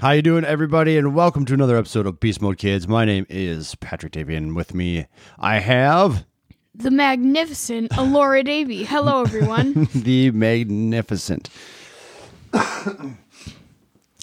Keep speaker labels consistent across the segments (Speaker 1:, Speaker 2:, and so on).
Speaker 1: How you doing, everybody? And welcome to another episode of Beast Mode Kids. My name is Patrick Davian. With me, I have
Speaker 2: the magnificent Alora Davy. Hello, everyone.
Speaker 1: the magnificent.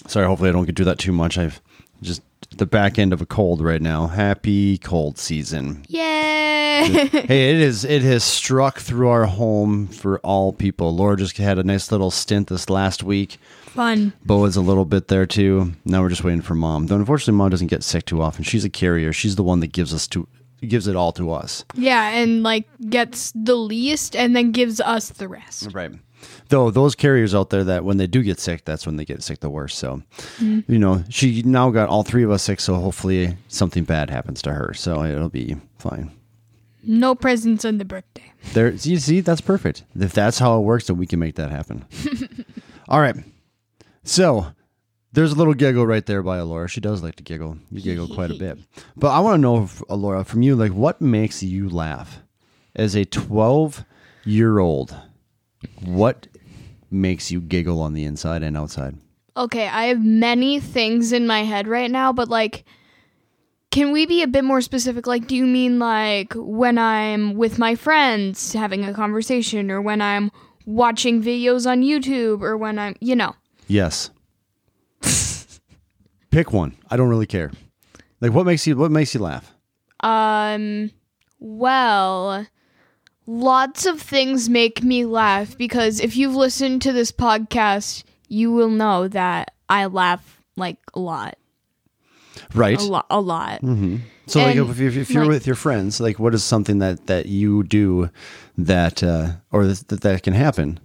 Speaker 1: Sorry, hopefully I don't do that too much. I've just the back end of a cold right now. Happy cold season.
Speaker 2: Yay!
Speaker 1: hey, it is. It has struck through our home for all people. Laura just had a nice little stint this last week.
Speaker 2: Fun.
Speaker 1: Boa's a little bit there too. Now we're just waiting for mom. Though unfortunately, mom doesn't get sick too often. She's a carrier. She's the one that gives us to gives it all to us.
Speaker 2: Yeah, and like gets the least and then gives us the rest.
Speaker 1: Right. Though those carriers out there that when they do get sick, that's when they get sick the worst. So, you know, she now got all three of us sick. So hopefully something bad happens to her. So it'll be fine.
Speaker 2: No presents on the birthday.
Speaker 1: There, you see, that's perfect. If that's how it works, then we can make that happen. All right. So there's a little giggle right there by Alora. She does like to giggle. You giggle quite a bit. But I want to know, Alora, from you, like, what makes you laugh as a 12 year old? What makes you giggle on the inside and outside?
Speaker 2: Okay, I have many things in my head right now, but like, can we be a bit more specific? Like, do you mean like when I'm with my friends having a conversation, or when I'm watching videos on YouTube, or when I'm, you know?
Speaker 1: Yes. Pick one. I don't really care. Like, what makes you? What makes you laugh?
Speaker 2: Um, well, lots of things make me laugh because if you've listened to this podcast, you will know that I laugh like a lot,
Speaker 1: Right.
Speaker 2: a lot, a lot.
Speaker 1: So,
Speaker 2: And,
Speaker 1: like, if, if, if you're
Speaker 2: like-
Speaker 1: with your friends, like, what is something that that you do that uh, or that that can happen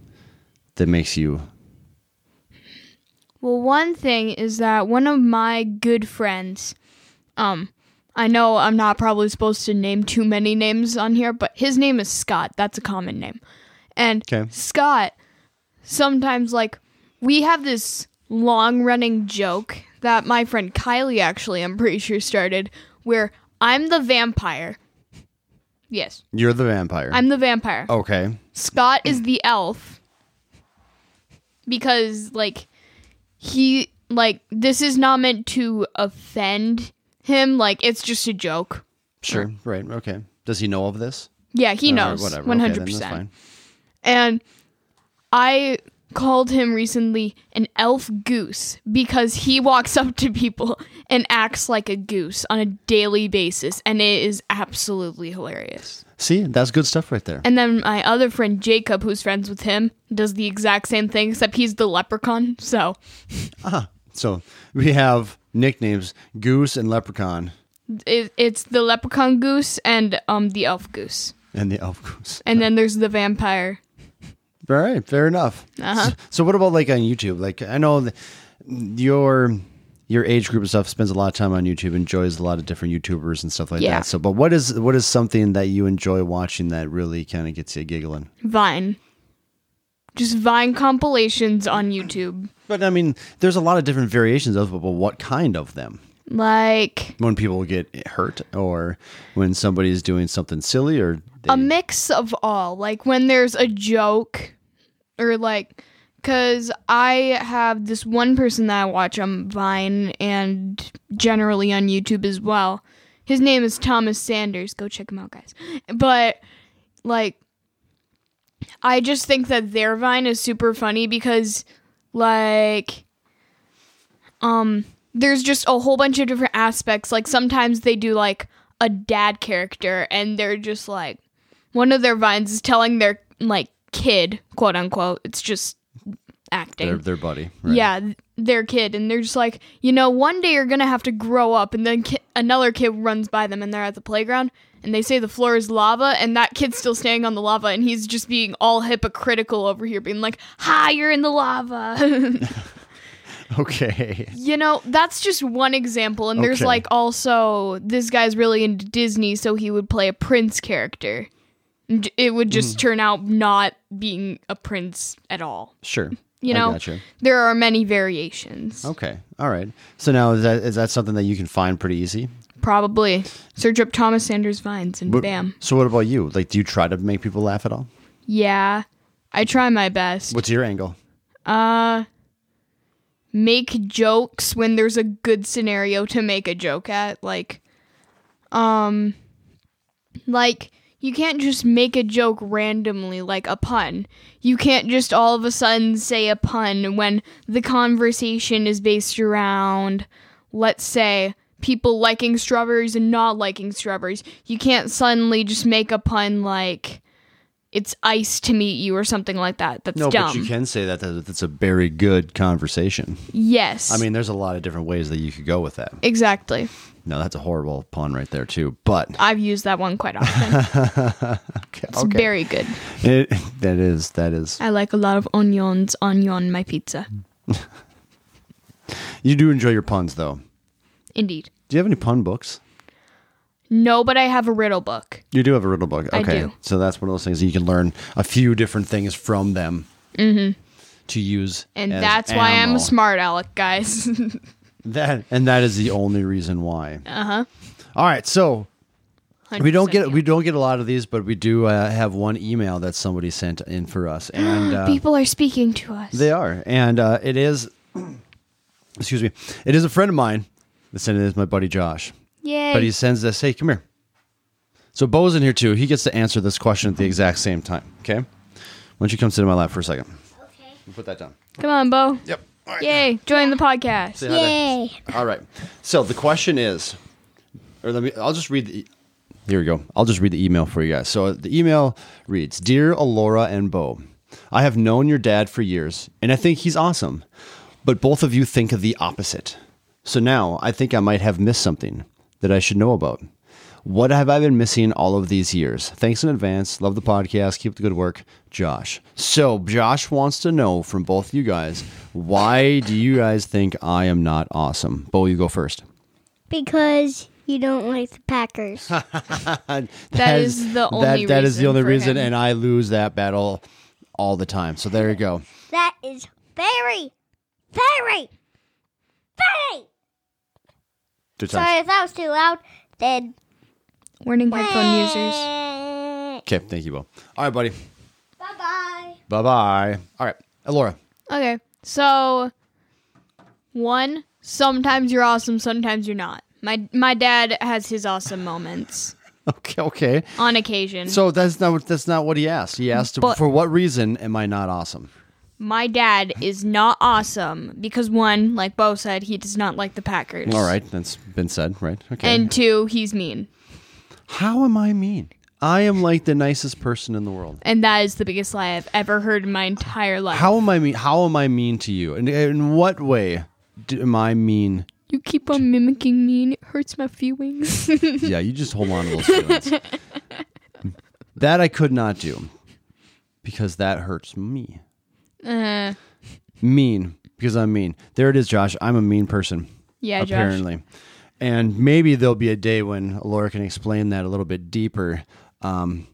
Speaker 1: that makes you
Speaker 2: Well, one thing is that one of my good friends, um, I know I'm not probably supposed to name too many names on here, but his name is Scott. That's a common name. And
Speaker 1: Okay.
Speaker 2: Scott, sometimes, like, we have this long running joke that my friend Kylie actually, I'm pretty sure, started where I'm the vampire. Yes,
Speaker 1: you're the vampire?
Speaker 2: I'm the vampire.
Speaker 1: okay.
Speaker 2: Scott is the elf because like he like this is not meant to offend him like it's just a joke.
Speaker 1: Sure. Right. Okay. Does he know of this?
Speaker 2: Yeah, he
Speaker 1: Or
Speaker 2: knows.
Speaker 1: whatever. Okay, then that's
Speaker 2: 100%.
Speaker 1: fine.
Speaker 2: and I called him recently an elf goose because he walks up to people and acts like a goose on a daily basis and it is absolutely hilarious.
Speaker 1: See, that's good stuff right there.
Speaker 2: And then my other friend Jacob, who's friends with him, does the exact same thing, except he's the leprechaun. So
Speaker 1: So we have nicknames: Goose and Leprechaun,
Speaker 2: it, it's the leprechaun goose and um the elf goose,
Speaker 1: and the Elf Goose.
Speaker 2: and then there's the vampire.
Speaker 1: All right, fair enough.
Speaker 2: Uh-huh.
Speaker 1: So, so what about like on YouTube? Like I know th- your your age group and stuff spends a lot of time on YouTube, enjoys a lot of different YouTubers and stuff like
Speaker 2: Yeah.
Speaker 1: that. So, but what is what is something that you enjoy watching that really kind of gets you giggling?
Speaker 2: Vine, just Vine compilations on YouTube,
Speaker 1: But I mean, there's a lot of different variations of it. But what kind of them?
Speaker 2: like
Speaker 1: When people get hurt, or when somebody's doing something silly, or they,
Speaker 2: a mix of all. Like when there's a joke, or like, cause I have this one person that I watch on Vine and generally on YouTube as well. His name is Thomas Sanders. Go check him out, guys. But like, I just think that their Vine is super funny because, like, um, there's just a whole bunch of different aspects. Like sometimes they do like a dad character, and they're just like, one of their vines is telling their like kid, quote unquote. It's just acting.
Speaker 1: their their buddy. right?
Speaker 2: Yeah, th- their kid, and they're just like, you know, one day you're gonna have to grow up, and then ki- another kid runs by them, and they're at the playground, and they say the floor is lava, and that kid's still standing on the lava, and he's just being all hypocritical over here, being like, "Hi, you're in the lava."
Speaker 1: Okay.
Speaker 2: you know, that's just one example, and there's
Speaker 1: Okay.
Speaker 2: like also this guy's really into Disney, so he would play a prince character. And j- It would
Speaker 1: Mm.
Speaker 2: just turn out not being a prince at all.
Speaker 1: Sure.
Speaker 2: You
Speaker 1: I
Speaker 2: know,
Speaker 1: gotcha. Oh.
Speaker 2: there are many variations.
Speaker 1: Okay. All right. So now is that is that something that you can find pretty easy?
Speaker 2: Probably. Search up Thomas Sanders Vines and
Speaker 1: But-
Speaker 2: bam.
Speaker 1: So what about you? Like, do you try to make people laugh at all?
Speaker 2: Yeah. I try my best.
Speaker 1: What's your angle?
Speaker 2: Uh make jokes when there's a good scenario to make a joke at like um like you can't just make a joke randomly like a pun you can't just all of a sudden say a pun when the conversation is based around let's say people liking strawberries and not liking strawberries you can't suddenly just make a pun like it's ice to meet you or something like that that's
Speaker 1: No,
Speaker 2: dumb
Speaker 1: but you can say that that- that's a very good conversation.
Speaker 2: yes
Speaker 1: I mean, there's a lot of different ways that you could go with that.
Speaker 2: exactly
Speaker 1: No, that's a horrible pun right there too. But
Speaker 2: I've used that one quite often. It's very good.
Speaker 1: It, that is that is.
Speaker 2: I like a lot of onions, onion my pizza.
Speaker 1: You do enjoy your puns though.
Speaker 2: Indeed.
Speaker 1: Do you have any pun books?
Speaker 2: No, but I have a riddle book.
Speaker 1: You do have a riddle book. Okay.
Speaker 2: I do.
Speaker 1: So that's one of those things that you can learn a few different things from them to use.
Speaker 2: Mm-hmm. And
Speaker 1: as
Speaker 2: that's why I'm
Speaker 1: ammo.
Speaker 2: a smart aleck, guys.
Speaker 1: That and that is the only reason why. Uh
Speaker 2: Uh-huh.
Speaker 1: huh. All right. So we don't get
Speaker 2: 100%
Speaker 1: we don't get a lot of these, but we do uh, have one email that somebody sent in for us, and uh,
Speaker 2: People are speaking to us.
Speaker 1: They are, and uh, it is. excuse me. It is a friend of mine. that sent it is my buddy Josh,
Speaker 2: Yay.
Speaker 1: but he sends this. Hey, come here. So Bo's in here too. He gets to answer this question at the exact same time. Okay, why don't you come sit in my lap for a second?
Speaker 3: Okay.
Speaker 1: Put that down.
Speaker 2: Come on, Bo.
Speaker 1: Yep. All right.
Speaker 2: Yay. Join the podcast.
Speaker 1: Say hi there.
Speaker 3: Yay.
Speaker 1: All right. So the question is, or let me. I'll just read the. e- Here we go. I'll just read the email for you guys. So the email reads, "Dear Alora and Bo, I have known your dad for years, and I think he's awesome, but both of you think the opposite. So now I think I might have missed something that I should know about." What have I been missing all of these years? Thanks in advance. Love the podcast. Keep up the good work, Josh. So, Josh wants to know from both you guys why do you guys think I am not awesome? Bo, you go first.
Speaker 3: Because you don't like the Packers.
Speaker 2: That is the only
Speaker 1: that is the
Speaker 2: reason
Speaker 1: only
Speaker 2: for
Speaker 1: reason,
Speaker 2: him.
Speaker 1: and I lose that battle all the time. So there you go.
Speaker 3: that is very, very, very.
Speaker 1: Two times.
Speaker 3: Sorry if that was too loud. Then.
Speaker 2: Warning headphone users.
Speaker 3: Bye
Speaker 1: Okay, thank you, Bo. All right, buddy.
Speaker 3: bye.
Speaker 1: Bye bye. All right, Laura.
Speaker 2: Okay. So one, sometimes you're awesome, sometimes you're not. My my dad has his awesome moments
Speaker 1: Okay, okay.
Speaker 2: on occasion.
Speaker 1: So that's not what- that's not what he asked. He asked
Speaker 2: But-
Speaker 1: for what reason am I not awesome?
Speaker 2: My dad is not awesome because one, like Bo said, he does not like the Packers.
Speaker 1: All right, that's been said, right? Okay.
Speaker 2: And two, he's mean.
Speaker 1: How am I mean? I am like the nicest person in the world.
Speaker 2: And that is the biggest lie I've ever heard in my entire life.
Speaker 1: How am I mean? How am I mean to you? And in what way do, am I mean?
Speaker 2: you keep on mimicking me and it hurts my feelings.
Speaker 1: Yeah, you just hold on to those feelings. that I could not do because that hurts me.
Speaker 2: uh,
Speaker 1: Mean because I'm mean. There it is, Josh. I'm a mean person.
Speaker 2: yeah, Josh.
Speaker 1: apparently. And maybe there'll be a day when Laura can explain that a little bit deeper. Um,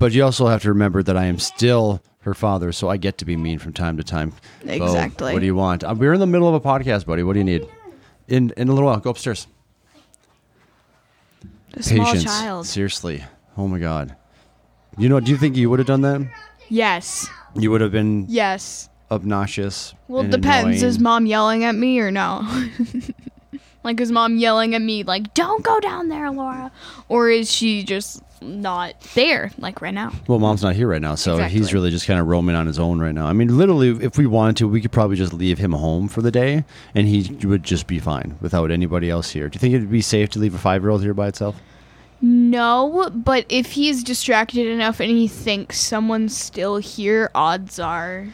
Speaker 1: but you also have to remember that I am still her father, so I get to be mean from time to time. Bo,
Speaker 2: Exactly.
Speaker 1: what do you want? Uh, we're in the middle of a podcast, buddy. What do you need? In in a little while, go upstairs.
Speaker 2: A small
Speaker 1: Patience.
Speaker 2: child.
Speaker 1: Seriously. Oh my God. You know? Do you think you would have done that?
Speaker 2: Yes.
Speaker 1: You would have been
Speaker 2: Yes.
Speaker 1: obnoxious.
Speaker 2: Well,
Speaker 1: and
Speaker 2: depends.
Speaker 1: annoying.
Speaker 2: Is mom yelling at me or no? like, is mom yelling at me, like, don't go down there, Laura? Or is she just not there, like right now?
Speaker 1: Well, mom's not here right now, so he's
Speaker 2: Exactly.
Speaker 1: really just kind of roaming on his own right now. I mean, literally, if we wanted to, we could probably just leave him home for the day, and he would just be fine without anybody else here. Do you think it'd be safe to leave a five-year-old here by itself?
Speaker 2: No, but if he's distracted enough and he thinks someone's still here, odds are.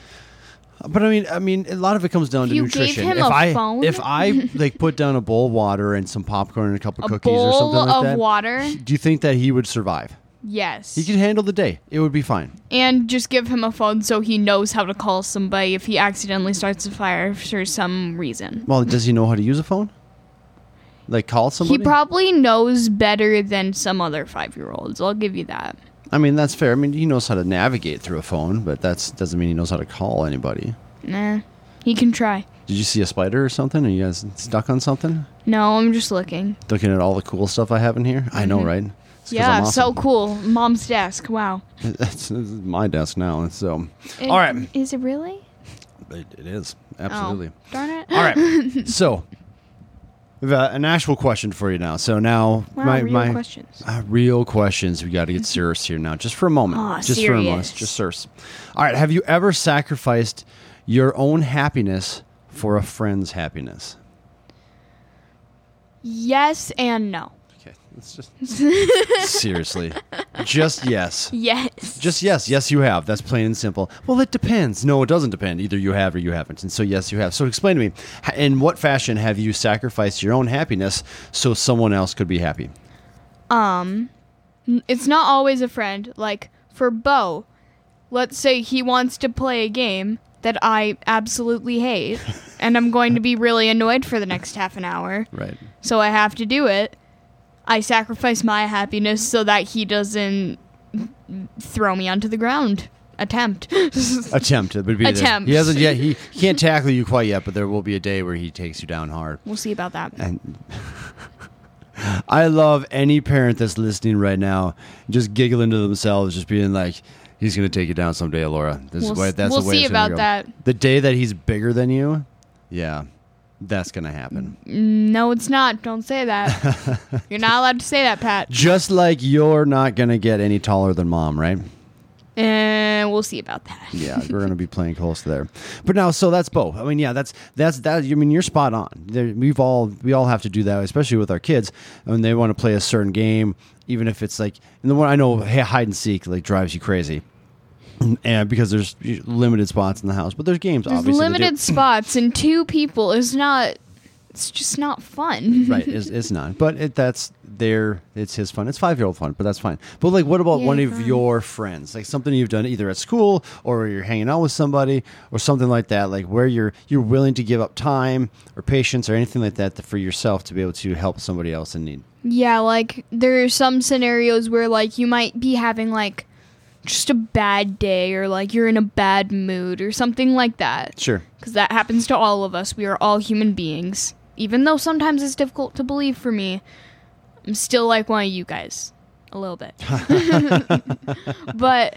Speaker 1: But I mean, I mean, a lot of it comes down to
Speaker 2: You gave
Speaker 1: nutrition.
Speaker 2: him
Speaker 1: if
Speaker 2: a
Speaker 1: I
Speaker 2: phone?
Speaker 1: if I like put down a bowl of water and some popcorn and a couple
Speaker 2: A
Speaker 1: cookies or
Speaker 2: bowl
Speaker 1: something like
Speaker 2: of
Speaker 1: that,
Speaker 2: water?
Speaker 1: do you think that he would survive?
Speaker 2: Yes.
Speaker 1: He could handle the day. It would be fine.
Speaker 2: and just give him a phone so he knows how to call somebody if he accidentally starts a fire for some reason.
Speaker 1: Well, does he know how to use a phone? Like call somebody.
Speaker 2: He probably knows better than some other five year olds. I'll give you that.
Speaker 1: I mean, that's fair. I mean, he knows how to navigate through a phone, but that doesn't mean he knows how to call anybody.
Speaker 2: Nah. He can try.
Speaker 1: Did you see a spider or something? Are you guys stuck on something?
Speaker 2: No, I'm just looking.
Speaker 1: Looking at all the cool stuff I have in here? I know, right? It's 'cause
Speaker 2: Mm-hmm. Yeah,
Speaker 1: I'm
Speaker 2: so
Speaker 1: awesome.
Speaker 2: cool. Mom's desk. Wow.
Speaker 1: It's- this is my desk now. and So, all right.
Speaker 2: Is it really?
Speaker 1: It, it is. absolutely.
Speaker 2: Oh, darn it.
Speaker 1: All right. so, we have a, an actual question for you now. So now,
Speaker 2: Wow,
Speaker 1: my
Speaker 2: real
Speaker 1: my
Speaker 2: questions.
Speaker 1: uh, real questions. We got to get serious here now, just for a moment.
Speaker 2: Aw,
Speaker 1: just for a moment.
Speaker 2: serious.
Speaker 1: Just serious. All right. Have you ever sacrificed your own happiness for a friend's happiness?
Speaker 2: Yes and no.
Speaker 1: Okay. Let's just seriously. Just yes.
Speaker 2: Yes.
Speaker 1: Just yes, yes, you have. That's plain and simple. Well, it depends. No, it doesn't depend. Either you have or you haven't. And so, yes, you have. So, explain to me, h- in what fashion have you sacrificed your own happiness so someone else could be happy?
Speaker 2: It's not always a friend. Like for Bo, let's say he wants to play a game that I absolutely hate and I'm going to be really annoyed for the next half an hour.
Speaker 1: Right.
Speaker 2: So I have to do it. I sacrifice my happiness so that he doesn't throw me onto the ground. Attempt.
Speaker 1: Attempt. It would be the-
Speaker 2: Attempt.
Speaker 1: He hasn't yet. He he can't tackle you quite yet, but there will be a day where he takes you down hard.
Speaker 2: we'll see about that.
Speaker 1: And I love any parent that's listening right now, just giggling to themselves, just being like, "He's gonna take you down someday, Laura." This
Speaker 2: We'll
Speaker 1: is why.
Speaker 2: s-
Speaker 1: That's
Speaker 2: we'll
Speaker 1: the way
Speaker 2: see
Speaker 1: it's gonna go.
Speaker 2: about that.
Speaker 1: The day that he's bigger than you, yeah, that's gonna
Speaker 2: Mm.
Speaker 1: happen.
Speaker 2: No, it's not. Don't say that. You're not allowed to say that, Pat.
Speaker 1: Just like you're not gonna get any taller than mom, right?
Speaker 2: And we'll see about that.
Speaker 1: Yeah, we're gonna be playing close there. But now, so that's both. I mean, yeah, that's that's that. I mean, you're spot on. There, we've all we all have to do that, especially with our kids when they want to play a certain game, even if it's like and the one I know hi- hide and seek like drives you crazy, and because there's limited spots in the house, but there's games
Speaker 2: There's
Speaker 1: obviously. they do.
Speaker 2: limited spots and two people is not. It's just not fun.
Speaker 1: right it's, it's not but it, that's their it's his fun it's five year old fun but that's fine but like what about
Speaker 2: Yay,
Speaker 1: one of
Speaker 2: fun.
Speaker 1: your friends like something you've done either at school or you're hanging out with somebody or something like that like where you're you're willing to give up time or patience or anything like that for yourself to be able to help somebody else in need
Speaker 2: Yeah, like there are some scenarios where like you might be having like just a bad day or like you're in a bad mood or something like that.
Speaker 1: sure
Speaker 2: Cuz that happens to all of us. We are all human beings. Even though sometimes it's difficult to believe for me, I'm still like one of you guys a little bit. but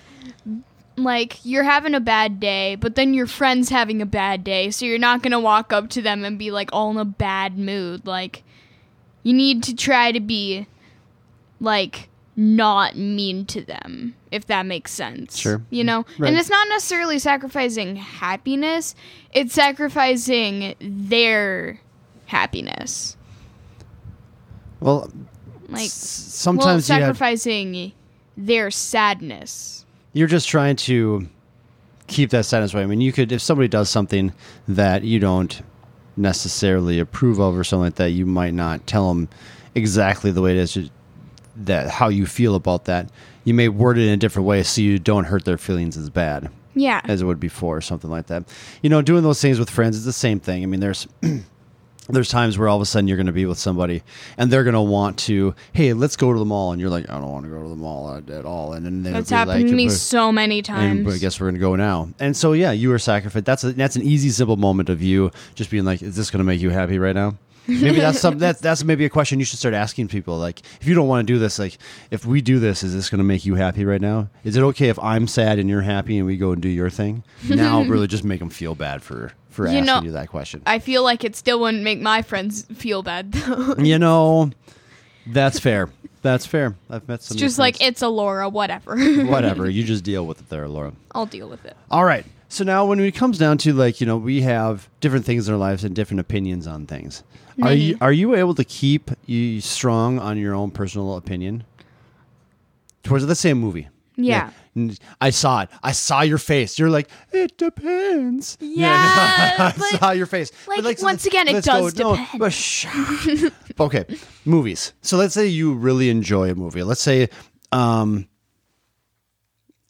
Speaker 2: like you're having a bad day, but then your friend's having a bad day, so you're not gonna walk up to them and be like all in a bad mood. Like you need to try to be like not mean to them, if that makes sense.
Speaker 1: Sure.
Speaker 2: You know?
Speaker 1: Mm, Right.
Speaker 2: And it's not necessarily sacrificing happiness, it's sacrificing their happiness.
Speaker 1: well
Speaker 2: Like
Speaker 1: s- sometimes
Speaker 2: well,
Speaker 1: you have,
Speaker 2: sacrificing their sadness.
Speaker 1: you're just trying to keep that status right. I mean, you could if somebody does something that you don't necessarily approve of or something like that, you might not tell them exactly the way it is just that how you feel about that. You may word it in a different way so you don't hurt their feelings as bad
Speaker 2: Yeah.
Speaker 1: as it would before or something like that. You know, doing those things with friends is the same thing. I mean, there's there's times where all of a sudden you're going to be with somebody and they're going to want to, hey, let's go to the mall, and you're like, I don't want to go to the mall at, at all. And then they'll
Speaker 2: That's
Speaker 1: be
Speaker 2: happened
Speaker 1: like,
Speaker 2: to me
Speaker 1: "But-
Speaker 2: so many times.
Speaker 1: and I guess we're gonna go now. And so yeah, you were sacrificed. That's a, that's an easy, simple moment of you just being like, is this gonna make you happy right now? Maybe that's some that's that's maybe a question you should start asking people. Like, if you don't want to do this, like, if we do this, is this gonna make you happy right now? Is it okay if I'm sad and you're happy and we go and do your thing? Now really just make them feel bad for for
Speaker 2: You
Speaker 1: asking
Speaker 2: know,
Speaker 1: you that question.
Speaker 2: I feel like it still wouldn't make my friends feel bad though.
Speaker 1: you know, that's fair. That's fair. I've met some.
Speaker 2: It's
Speaker 1: of your
Speaker 2: just like
Speaker 1: friends.
Speaker 2: it's a Laura, whatever.
Speaker 1: whatever. You just deal with it there, Laura.
Speaker 2: I'll deal with it.
Speaker 1: All right. So now, when it comes down to like you know, we have different things in our lives and different opinions on things. Are you
Speaker 2: Mm-hmm.
Speaker 1: are you able to keep you strong on your own personal opinion towards let's say a movie?
Speaker 2: Yeah.
Speaker 1: N- I saw it. I saw your face. You're like, it depends.
Speaker 2: Yeah,
Speaker 1: I
Speaker 2: but-
Speaker 1: saw your face.
Speaker 2: like,
Speaker 1: let's-
Speaker 2: once again, it
Speaker 1: let's
Speaker 2: does
Speaker 1: go- no,
Speaker 2: depend.
Speaker 1: but sh- okay, movies. So let's say you really enjoy a movie. Let's say, um,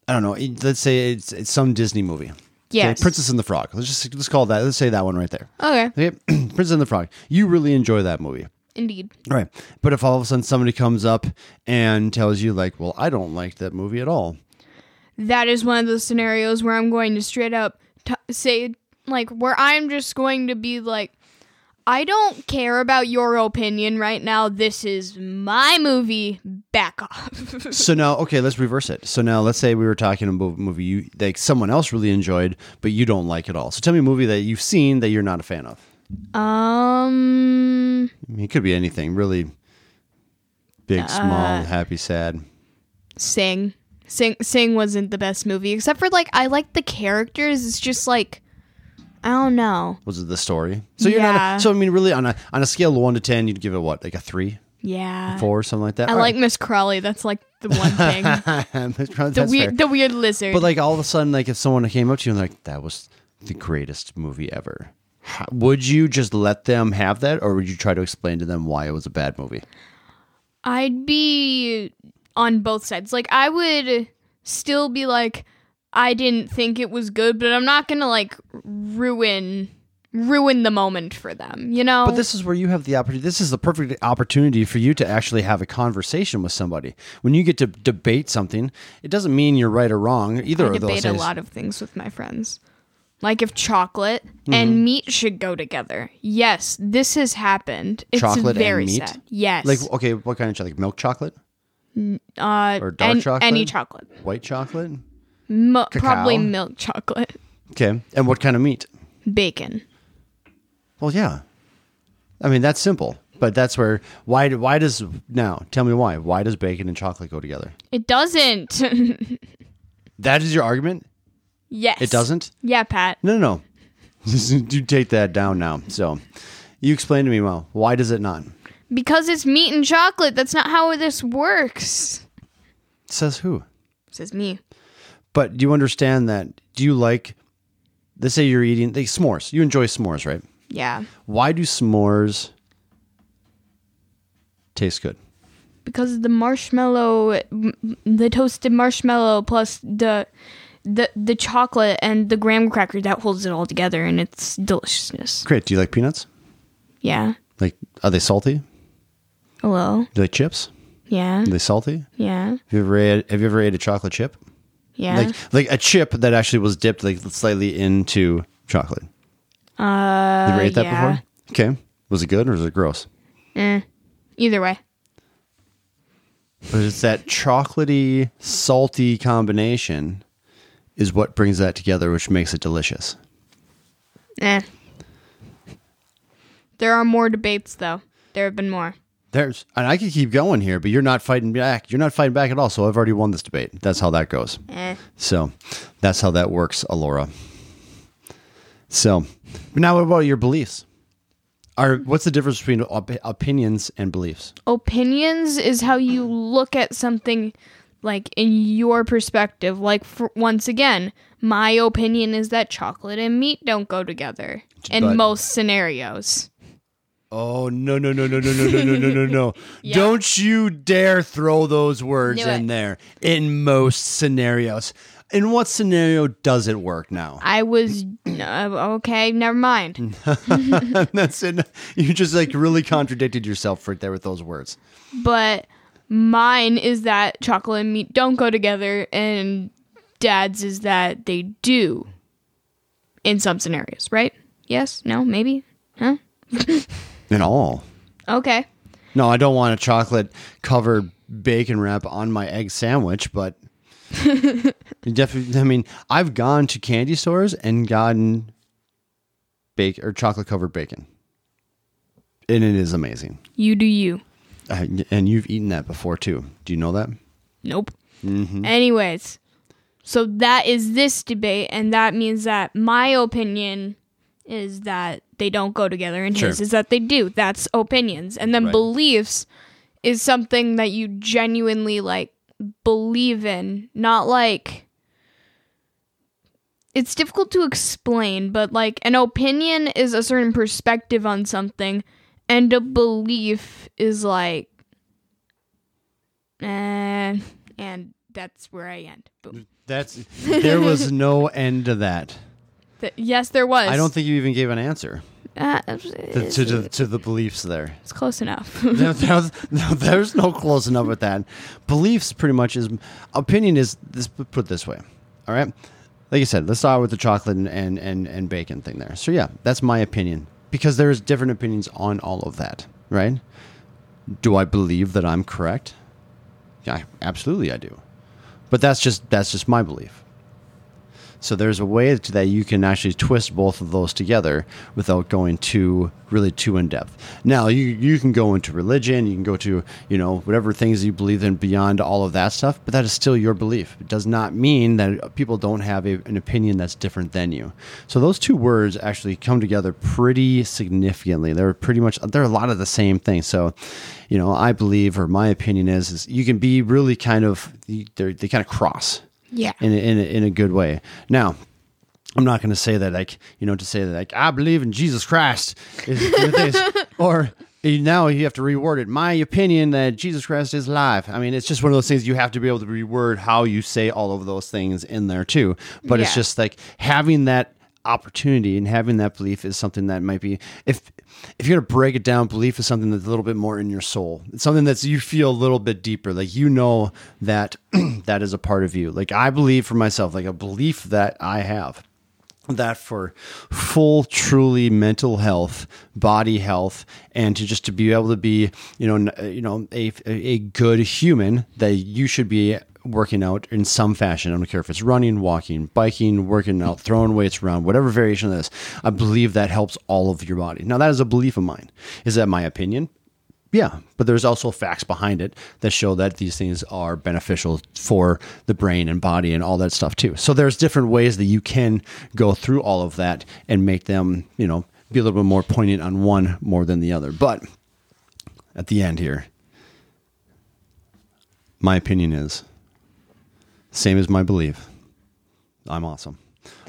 Speaker 1: I don't know. it- Let's say it's, it's some Disney movie. Okay,
Speaker 2: Yes.
Speaker 1: Princess and the Frog. Let's just let's call that. Let's say that one right there.
Speaker 2: Okay.
Speaker 1: Okay, Princess and the Frog. You really enjoy that movie.
Speaker 2: Indeed.
Speaker 1: Right. But if all of a sudden somebody comes up and tells you, like, well, I don't like that movie at all.
Speaker 2: That is one of those scenarios where I'm going to straight up t- say, like, where I'm just going to be like, I don't care about your opinion right now. This is my movie. Back off.
Speaker 1: So now, okay, let's reverse it. So now, let's say we were talking about a movie you like someone else really enjoyed, but you don't like at all. So tell me a movie that you've seen that you're not a fan of.
Speaker 2: um,
Speaker 1: I mean, it could be anything, really.
Speaker 2: Uh,
Speaker 1: Big, small, happy, sad.
Speaker 2: Sing. Sing Sing wasn't the best movie except for like I like the characters. It's just like I don't know.
Speaker 1: Was it the story? So you're not.
Speaker 2: Yeah.
Speaker 1: A, so I mean, really, on a on a scale of one to ten, you'd give it what, like a three,
Speaker 2: Yeah.
Speaker 1: four, something like that.
Speaker 2: I
Speaker 1: All
Speaker 2: like Miss Crowley. That's like the one thing. the
Speaker 1: right. That's probably- that's fair.
Speaker 2: weird the weird lizard.
Speaker 1: But like all of a sudden, like if someone came up to you and like that was the greatest movie ever, how- would you just let them have that, or would you try to explain to them why it was a bad movie?
Speaker 2: I'd be on both sides. Like I would still be like I didn't think it was good, but I'm not going to like ruin ruin the moment for them, you know?
Speaker 1: But this is where you have the opportunity. This is the perfect opportunity for you to actually have a conversation with somebody. When you get to debate something, it doesn't mean you're right or wrong. Either
Speaker 2: I
Speaker 1: of those
Speaker 2: debate a
Speaker 1: things.
Speaker 2: lot of things with my friends. Like if chocolate
Speaker 1: Mm-hmm.
Speaker 2: and meat should go together. Yes, this has happened. It's
Speaker 1: Chocolate and
Speaker 2: very
Speaker 1: meat?
Speaker 2: sad. Yes.
Speaker 1: Like okay, what kind of chocolate? Like milk chocolate,
Speaker 2: uh,
Speaker 1: or dark
Speaker 2: an-
Speaker 1: chocolate?
Speaker 2: Any chocolate.
Speaker 1: white chocolate.
Speaker 2: Mo- probably
Speaker 1: Cacao?
Speaker 2: milk chocolate.
Speaker 1: Okay, and what kind of meat?
Speaker 2: Bacon.
Speaker 1: Well, yeah. I mean, that's simple. But that's where why do- why does now tell me why why does bacon and chocolate go together?
Speaker 2: It doesn't.
Speaker 1: That is your argument.
Speaker 2: yes.
Speaker 1: It doesn't.
Speaker 2: Yeah, Pat.
Speaker 1: No, no, no. you take that down now. So you explain to me, well, why does it not?
Speaker 2: Because it's meat and chocolate. That's not how this works.
Speaker 1: Says who?
Speaker 2: Says me.
Speaker 1: But do you understand that? Do you like? Let's say you're eating they, s'mores. You enjoy s'mores, right?
Speaker 2: Yeah.
Speaker 1: Why do s'mores taste good?
Speaker 2: because of the marshmallow, m- the toasted marshmallow plus the the the chocolate and the graham cracker that holds it all together and its deliciousness.
Speaker 1: Great. Do you like peanuts?
Speaker 2: Yeah.
Speaker 1: Like, are they salty? Do
Speaker 2: Hello.
Speaker 1: you like chips?
Speaker 2: Yeah.
Speaker 1: Are they salty?
Speaker 2: Yeah.
Speaker 1: Have you ever ate, have you ever ate a chocolate chip?
Speaker 2: Yeah.
Speaker 1: Like like a chip that actually was dipped like slightly into chocolate.
Speaker 2: uh.
Speaker 1: You ever ate that
Speaker 2: yeah.
Speaker 1: before? Okay. Was it good or was it gross?
Speaker 2: Eh. Either way.
Speaker 1: But it's that chocolatey, salty combination is what brings that together, which makes it delicious.
Speaker 2: Eh. There are more debates though. There have been more.
Speaker 1: There's and I could keep going here, but you're not fighting back. You're not fighting back at all. So I've already won this debate. That's how that goes.
Speaker 2: Eh.
Speaker 1: So that's how that works, Alora. So but now what about your beliefs? Are what's the difference between op- opinions and beliefs?
Speaker 2: opinions is how you look at something like in your perspective like for, once again my opinion is that chocolate and meat don't go together in
Speaker 1: But-
Speaker 2: most scenarios
Speaker 1: Oh no no no no no no no no no no no! Don't you dare throw those words
Speaker 2: Knew
Speaker 1: in
Speaker 2: it.
Speaker 1: there. In most scenarios, in what scenario does it work now?
Speaker 2: i was uh, okay never mind
Speaker 1: That's it. You just like really contradicted yourself right there with those words.
Speaker 2: but mine is that chocolate and meat don't go together and dad's is that they do in some scenarios right yes no maybe huh
Speaker 1: In all,
Speaker 2: okay
Speaker 1: no, I don't want a chocolate covered bacon wrap on my egg sandwich, but. You definitely, I mean, I've gone to candy stores and gotten bacon or chocolate covered bacon, and it is amazing.
Speaker 2: you do you
Speaker 1: Uh, and you've eaten that before too. Do you know that?
Speaker 2: Nope. Mm-hmm. Anyways, so that is this debate, and that means that my opinion is that they don't go together, and
Speaker 1: Sure.
Speaker 2: his is that they do. That's opinions. And then
Speaker 1: Right.
Speaker 2: beliefs is something that you genuinely like believe in, not like. It's difficult to explain, but like an opinion is a certain perspective on something, and a belief is like and and that's where I end.
Speaker 1: Mm.
Speaker 2: Boom.
Speaker 1: That's there was no end to that.
Speaker 2: Th- yes, there was.
Speaker 1: I don't think you even gave an answer
Speaker 2: Uh,
Speaker 1: to
Speaker 2: it's,
Speaker 1: to, to, to the beliefs there.
Speaker 2: it's close enough.
Speaker 1: There- there's, no, there's no close enough with that. Beliefs pretty much is opinion is this put this way. All right. Like I said, let's start with the chocolate and, and, and, and bacon thing there. So yeah, that's my opinion. because there's different opinions on all of that, right? Do I believe that I'm correct? Yeah, absolutely I do. But that's just that's just my belief. So there's a way that you can actually twist both of those together without going too really too in depth. Now you you can go into religion, you can go to you know whatever things you believe in beyond all of that stuff, but that is still your belief. It does not mean that people don't have a, an opinion that's different than you. So those two words actually come together pretty significantly. They're pretty much they're a lot of the same thing. So you know I believe or my opinion is is you can be really kind of they're- they kind of cross
Speaker 2: Yeah.
Speaker 1: in a, in a, in a good way. Now, I'm not going to say that like you know to say that like I believe in Jesus Christ is with this or you- now you have to reword it. My opinion that Jesus Christ is live. I mean, it's just one of those things you have to be able to reword how you say all of those things in there too. But it's
Speaker 2: Yeah.
Speaker 1: just like having that opportunity and having that belief is something that might be if if you're gonna break it down belief is something that's a little bit more in your soul it's something that's you feel a little bit deeper like you know that that is a part of you like i believe for myself like a belief that i have that for full truly mental health body health and to just to be able to be you know n- uh, you know a, a good human that you should be working out in some fashion i don't care if it's running walking biking working out throwing weights around whatever variation of this i believe that helps all of your body now that is a belief of mine is that my opinion yeah, but there's also facts behind it that show that these things are beneficial for the brain and body and all that stuff too. So there's different ways that you can go through all of that and make them, you know, be a little bit more poignant on one more than the other. But at the end here, my opinion is same as my belief. I'm awesome.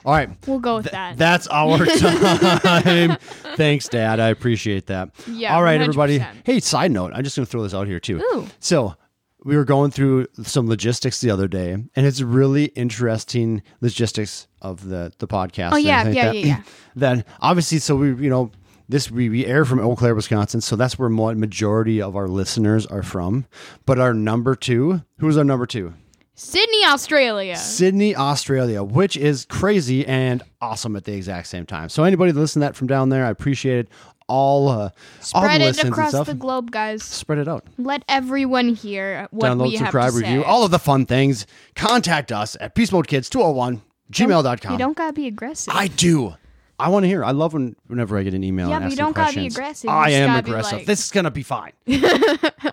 Speaker 1: All right.
Speaker 2: We'll go with that.
Speaker 1: That's our time. Thanks, Dad. I appreciate that.
Speaker 2: Yeah,
Speaker 1: All right, everybody.
Speaker 2: 100%.
Speaker 1: Hey, side note. I'm just going to throw this out here too.
Speaker 2: Ooh.
Speaker 1: So we were going through some logistics the other day, and it's really interesting logistics of the the podcast.
Speaker 2: Oh,
Speaker 1: and
Speaker 2: yeah,
Speaker 1: everything like
Speaker 2: yeah,
Speaker 1: that.
Speaker 2: yeah, yeah.
Speaker 1: then obviously, so we you know. This we, we air from Eau Claire, Wisconsin, so that's where mo- majority of our listeners are from. But our number two, who's our number two?
Speaker 2: Sydney, Australia.
Speaker 1: Sydney, Australia, which is crazy and awesome at the exact same time. So anybody that listened to that from down there, I appreciate it. All uh, all the
Speaker 2: Spread it
Speaker 1: listens
Speaker 2: across
Speaker 1: and
Speaker 2: the
Speaker 1: stuff.
Speaker 2: globe, guys.
Speaker 1: Spread it out.
Speaker 2: Let everyone hear what
Speaker 1: Download,
Speaker 2: we have
Speaker 1: subscribe,
Speaker 2: to say.
Speaker 1: review, all of the fun things. Contact us at peacemodekids201
Speaker 2: You
Speaker 1: gmail.com.
Speaker 2: don't gotta be aggressive.
Speaker 1: I do. I want to hear. I love when whenever I get an email.
Speaker 2: Yeah,
Speaker 1: and
Speaker 2: but you
Speaker 1: asking
Speaker 2: don't gotta be
Speaker 1: questions.
Speaker 2: aggressive. You
Speaker 1: I
Speaker 2: just
Speaker 1: am
Speaker 2: gotta be
Speaker 1: aggressive.
Speaker 2: like-
Speaker 1: This is gonna be fine.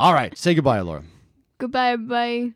Speaker 1: all right, say goodbye, Laura.
Speaker 2: Goodbye, bye.